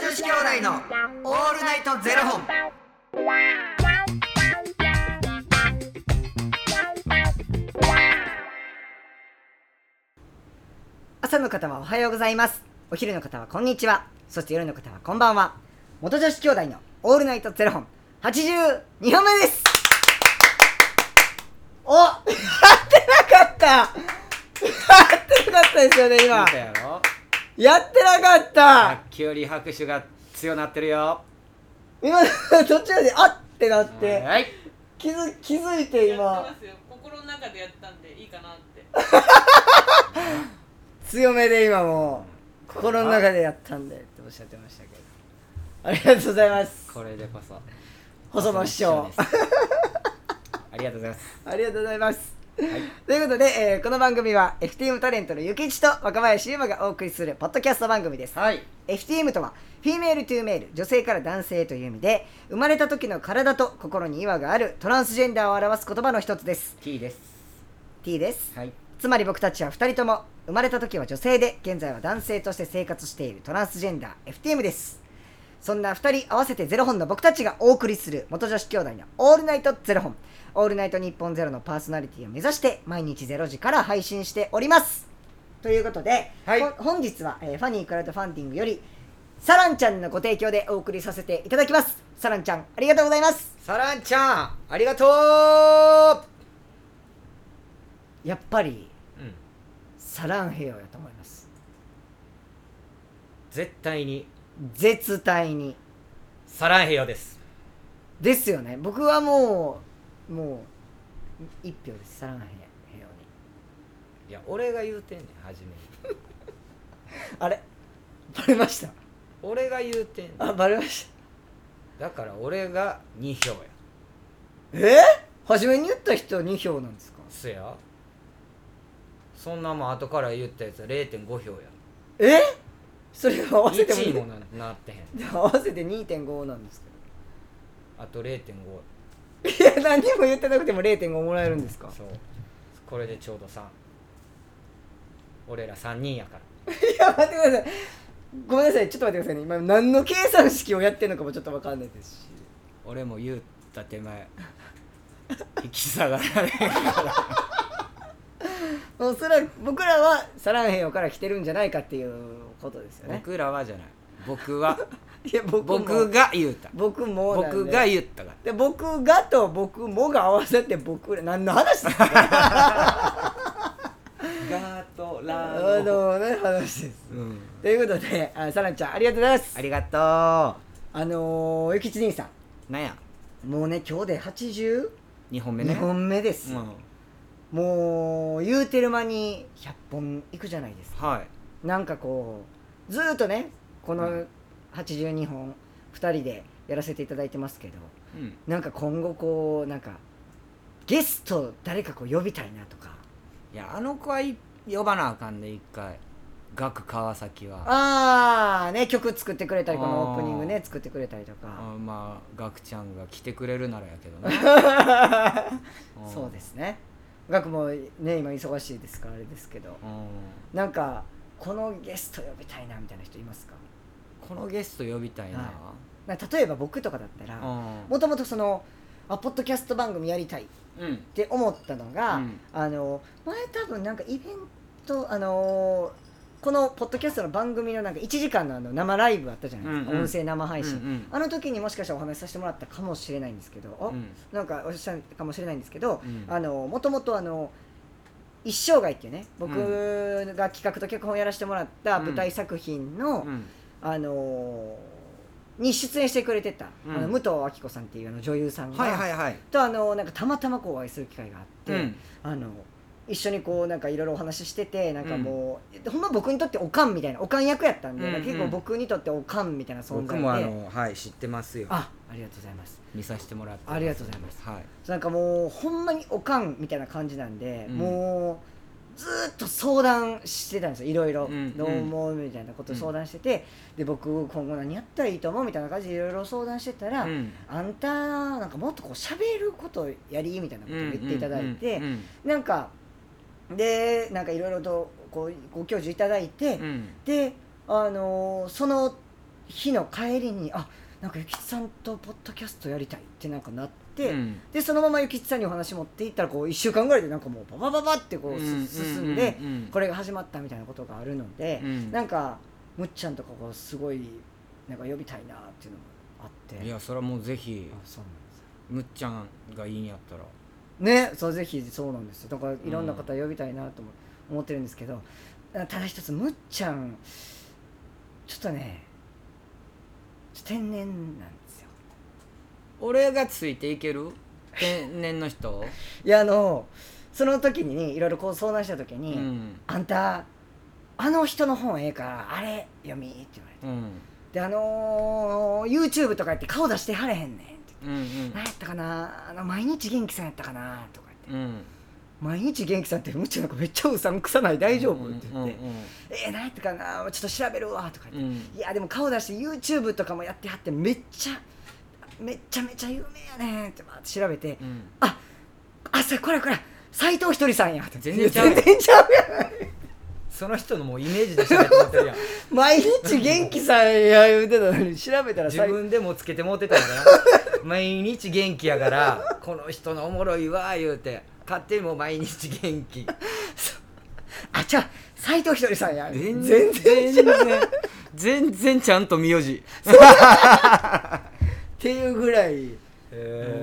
子兄弟のオールナイトゼロ本。朝の方はおはようございますお昼の方はこんにちはそして夜の方はこんばんは元女子兄弟のオールナイトゼロ本82本目ですおやってなかったやってなかったですよね今見たやろやってなかった卓球より拍手が強なってるよ今途中で「あっ!」ってなってはい気づ気づいてやって今ますよ心の中でやったんでいいかなって強めで今もう心の中でやったんでっておっしゃってましたけどありがとうございますこれでこそ細野師匠細野師匠ですありがとうございますありがとうございますはいということで、えーこの番組は FTM タレントのゆきちと若林優馬がお送りするポッドキャスト番組ですはい FTM とはフィメールトゥーメール女性から男性という意味で生まれた時の体と心に違和があるトランスジェンダーを表す言葉の一つです T です T ですはいつまり僕たちは2人とも生まれた時は女性で現在は男性として生活しているトランスジェンダー FTM ですそんな2人合わせてゼロ本の僕たちがお送りする元女子兄弟の「オールナイトゼロ本」「オールナイト日本ゼロのパーソナリティを目指して毎日0時から配信しておりますということで、はいほん本日は、えーファニークラウドファンディングよりサランちゃんのご提供でお送りさせていただきますサランちゃんありがとうございますサランちゃんありがとうやっぱりうんサランヘヨやと思います絶対に絶対にサランヘヨですですよね僕はもうもうい一票ですサランヘヘヨにいや俺が言うてんねん初めにあれバレました俺が言うてんねんあバレましただから俺が2票やえ初めに言った人は2票なんですかせやそんなもん後から言ったやつは0.5票やえそれは合わせて1位ももななってへん合わせて2.5なんですあと0.5けどいや何も言ってなくても0.5もらえるんですかそうこれでちょうど3俺ら3人やからいや待ってくださいごめんなさいちょっと待ってくださいね今何の計算式をやってるのかもちょっと分かんないですし俺も言うた手前 引き下がられへんからおそらく僕らはサランヘヨから来てるんじゃないかっていうことですよね僕らはじゃない僕はいや僕も 僕が言うた僕もなんで僕が言ったからで僕がと僕もが合わせて僕ら何の話です かガートあのね話ですうんということであさらちゃんありがとうございますありがとうあのー、ゆきち兄さなんやんもうね今日で82 2本目ね本目です、うんもう言うてる間に100本いくじゃないですかはいなんかこうずーっとねこうの82本2人でやらせていただいてますけどうんなんか今後こうなんかゲスト誰かこう呼びたいなとかいやあの子はい呼ばなあかんで一回ガク川崎はああね曲作ってくれたりこのオープニングね作ってくれたりとかあまあガクちゃんが来てくれるならやけど ねうんそうですね学もね今忙しいですからあれですけどうんなんかこのゲスト呼びたいなみたいな人いますかこのゲスト呼びたいな、はな例えば僕とかだったらもともとそのあポッドキャスト番組やりたいっうんうんて思ったのが、うんあの前多分なんかイベントあのーこのポッドキャストの番組のなんか1時間のあの生ライブあったじゃないですか、うんうん音声生配信、うんうんあの時にもしかしたらお話しさせてもらったかもしれないんですけど、あうんなんかおっしゃったかもしれないんですけど、うんあのもともとあの一生涯っていうね僕うが企画と脚本をやらせてもらったうん舞台作品の、うんあのーに出演してくれてた、うんあの武藤明子さんっていうあの女優さんが、はいはいはいとあのなんかたまたまこうお会いする機会があって、うんあの一緒にこうなんかいろいろお話ししててなんかもう、ほんま僕にとっておかんみたいなおかん役やったんで、うんうん結構僕にとっておかんみたいな存在で僕もあのはい知ってますよあありがとうございます見させてもらってありがとうございますはいなんかもうほんまにおかんみたいな感じなんで、うんもうずーっと相談してたんですよいろいろ、うんどう思うみたいなことを相談してて、で僕今後何やったらいいと思うみたいな感じでいろいろ相談してたら、うんあんたなんかもっとこう喋ることやりみたいなことを言っていただいて、うんうんなんかでなんかいろいろとこうご教授いただいて、うんであのーその日の帰りにあなんかゆきちさんとポッドキャストやりたいってなんかなって、うんでそのままゆきちさんにお話持っていったらこう1週間ぐらいでなんかもうババババってこうす、うん進んで、うんうんこれが始まったみたいなことがあるので、うんなんかむっちゃんとかこうすごいなんか呼びたいなっていうのもあっていやそれはもうぜひあそうなんですむっちゃんがいいんやったらねそうぜひそうなんですよだからいろんな方呼びたいなと思思ってるんですけど、あただ一つむっちゃんちょっとねちょっと天然なんですよ俺がついていける天然の人いやあのその時にねいろいろこう相談した時うに「んあんたあの人の本ええからあれ読み」って言われてうん「であのー、YouTube とかやって顔出してはれへんねん」ってうんうん「何やったかなあの毎日元気さんやったかな」とか言ってうん「毎日元気さんってむっちゃんなんかめっちゃうさんくさない大丈夫?」って言って。うえー、何やったかなちょっと調べるわとか言んうっんて、いやでも顔出して YouTube とかもやってはってめっちゃめっちゃめちゃ有名やねんってバーって調べて、うんああそれこれこれ斎藤ひとりさんやって全然ちゃう全然ちゃうやんその人のもうイメージでしゃべってもらってる やん毎日元気さんや言うてたのに調べたら自斎藤分でもつけてもうてたよ ね毎日元気やからこの人のおもろいわ言うて勝手にもう毎日元気あちゃう斎藤ひとりさんや全全然然全然全然ちゃんと名字 っていうぐらい、もう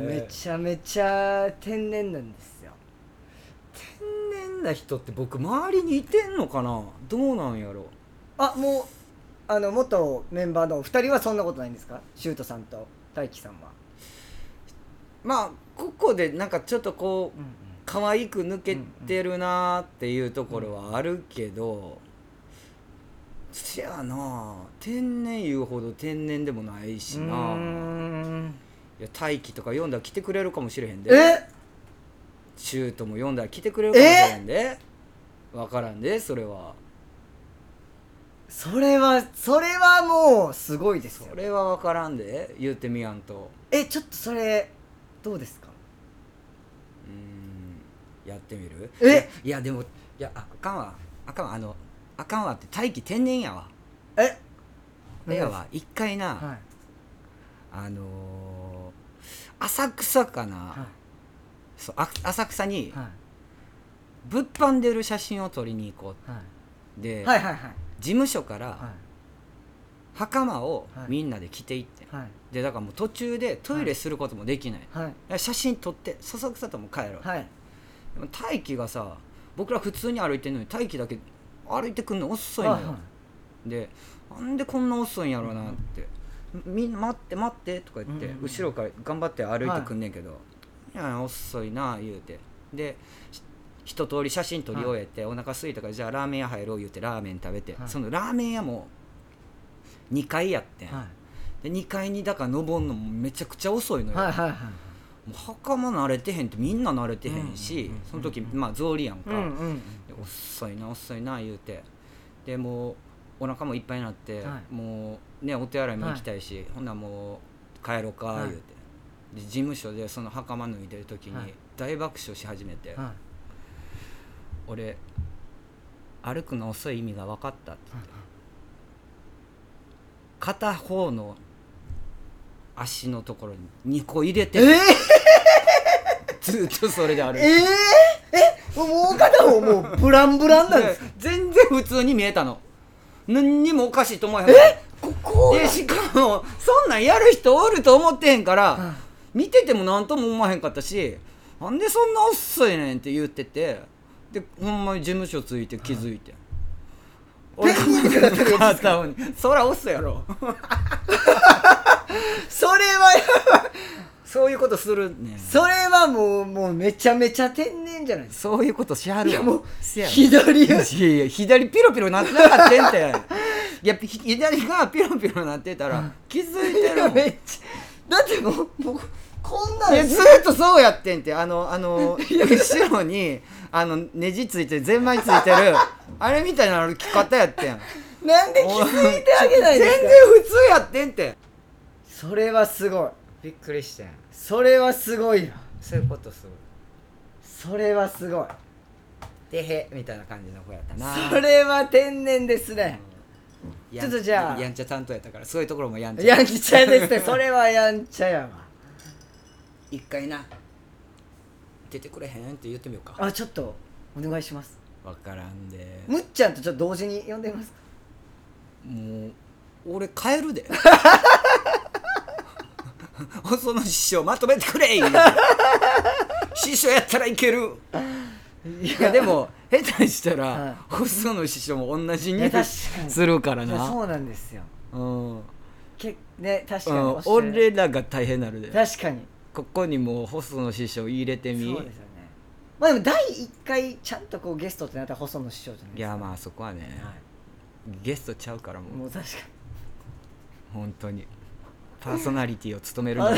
めめっちゃちゃめちゃ天然なんですよ天然な人って僕周りにいてんのかなどうなんやろあもうあの元メンバーのお二人はそんなことないんですかシュートさんと大輝さんは、まあここでなんかちょっとこう可愛く抜けてるなーっていうところはあるけどせやなあ天然言うほど天然でもないしうなーんいや大輝とか読んだら来てくれるかもしれへんでえシュートも読んだら来てくれるかもしれへんで分からんでそれはそれはそれはもうすごいですよそれは分からんで言うてみやんとえちょっとそれどうですかうーんやってみるえいやでもいやああかんわあかんわあのあかんわって大輝天然やわええやわ一回な、はあのー、浅草かな、いはそうあ浅草いには物販で売る写真を撮りに行こいはうで、いはいはいはい事務所からは袴をはいみんなで着ていってん、いはいでだからもう途中でトイレすることもできない、はい写真撮って笹草とも帰ろう、はいでも大輝がさ僕ら普通に歩いてるのに大輝だけ歩いてくんの遅いのよ、でなんでこんな遅いんやろうなって、みんな待って待ってとか言って、うんうんうん後ろから頑張って歩いてくんねんけど、い、や遅いな言うてでし一通り写真撮り終えて、お腹空いたからじゃあラーメン屋入ろう言うてラーメン食べて、はいそのラーメン屋も2階やってん、はで2階にだから登るのもめちゃくちゃ遅いのいよ、はいはいはいもう袴慣れてへんってみんな慣れてへんうんし、うんうんうんその時まあ草履やんか、うんうんで遅いな遅いな言うてでもうお腹もいっぱいになって、はいもうねお手洗いも行きたいし、ほんならもう帰ろうかはい言うて、で事務所でその袴脱いでる時にはい大爆笑し始めて「はい俺歩くの遅い意味が分かった」って言って、片方の足のところに2個入れて、ずっとそれで歩いえー、て。ええもう片方もうブランブランなんですか全然普通に見えたの何にもおかしいと思えへんえここでしかもそんなんやる人おると思ってへんから、うん見てても何とも思わへんかったしなんでそんな遅いねんって言っててでほんまに事務所ついて気づいて、俺が向 かったのにそら遅いやろ それはやそういうことするねんそれはもうもうめちゃめちゃ天然じゃないですかそういうことしはるいやもうせやろ左いや足いや左ピロピロなってなかったんっていやひ左がピロピロなってたら気づいてるもんめっちゃだってもうもうこんなんでずーっとそうやってんってあのあの後ろにあのネジついてるゼンマイついてるあれみたいな歩き方やってんなんで気づいてあげないん全です然か普通やってんってそれはすごいびっくりしてんそれはすごいよそういうことするそれはすごいでへみたいな感じの子やったなそれは天然ですねちょっとじゃあやんちゃ担当やったからそういうところもやんちゃやんちゃですねそれはやんちゃやわ一回な出てくれへんって言ってみようかあちょっとお願いします分からんでむっちゃんとちょっと同時に呼んでみますかもう俺帰るでその師匠まとめてくれ言う師匠やったらいけるいやでも下手にしたら、細野師匠も同じいやに確かにするからいやなそうなんですようん、うん、けね確かにおっしゃる俺らが大変なるで確かにここにもう細野師匠入れてそうですみよねまあでも第1回ちゃんとこうゲストってなったら細野師匠じゃないいですかやまあそこはね、はゲストちゃうからもういもう確か本当にパーソナリティを務 めるのは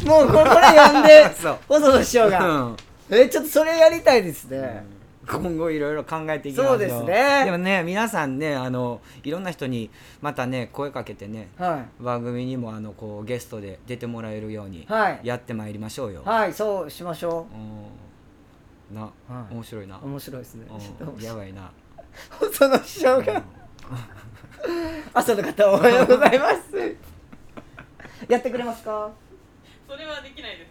にもうこれこれ呼んで そう細野師匠が、うんえちょっとそれやりたいですね、今後いろいろ考えていきましょうそうですねでもね皆さんねあのいろんな人にまたね声かけてねはい番組にもあのこうゲストで出てもらえるようにはいやってまいりましょうよ、はいそうしましょうんな、はい面白いなう面白いですねうんちょっと面白いやばいな細野師匠が朝の方おはようございますやってくれますかそれはできないです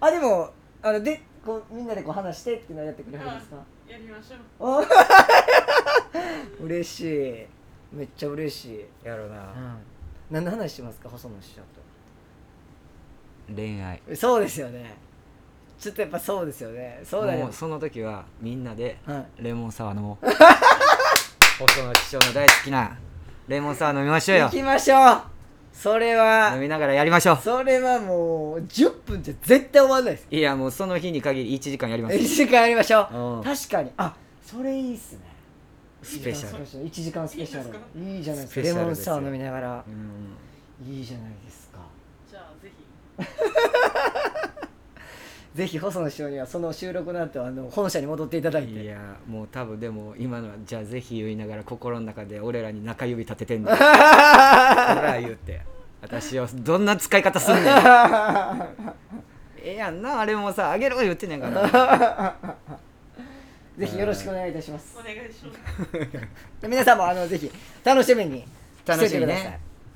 あでもあのでこうみんなでこう話してっていうのはやってくれるんですかうんやりましょうお 嬉しいめっちゃ嬉しい、やろうう、なん何の話しますか細野師匠恋愛とそうですよねちょっとやっぱそうですよねそうだもようその時はみんなではいレモンサワー飲も う細野師匠の大好きなレモンサワー飲みましょうよ行きましょうそれ飲はみながらやりましょうそれはもう10分じゃ絶対終わんないですいやもうその日に限り1時間やります1時間やりましょううん確かにあそれいいっすねスペシャル、 1時間スペシャルいいんですいいじゃないですかスペシャレルですよモンサワー飲みながらうん、いいじゃないですかじゃあぜひぜぜひ細野師匠にはその収録の後あの本社に戻っていただいいてやもう多分でも今のはじゃあぜひ言いながら心の中で俺らに中指立てて んのほら言うて私をどんな使い方すんねん ええやんなあれもさあげろ言ってんねんからぜひよろしくお願いいたしますお願いしますで皆さんもあのぜひ楽しみに 楽てしおいてみくださいね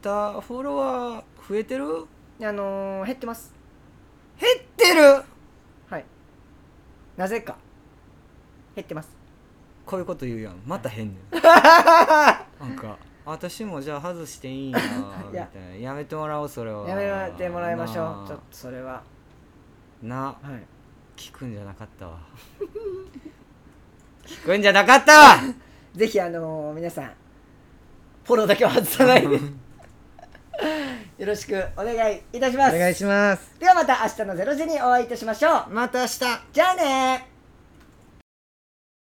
フォロワー増えてる減あっのー減ってます。てるはい。なぜか。減ってます。こういうこと言うやんまた 変ねんなんか私もじゃあ外していいんやみ たいなやめてもらおうそれはやめてもらいましょなあう。ちょっとそれは。なはい。聞くんじゃなかったわ 聞くんじゃなかったわぜひ、あのー皆さん、フォローだけは外さないで。 よろしくお願いいたします。しますではまた明日の0時にお会いいたしましょう。また明日じゃあねー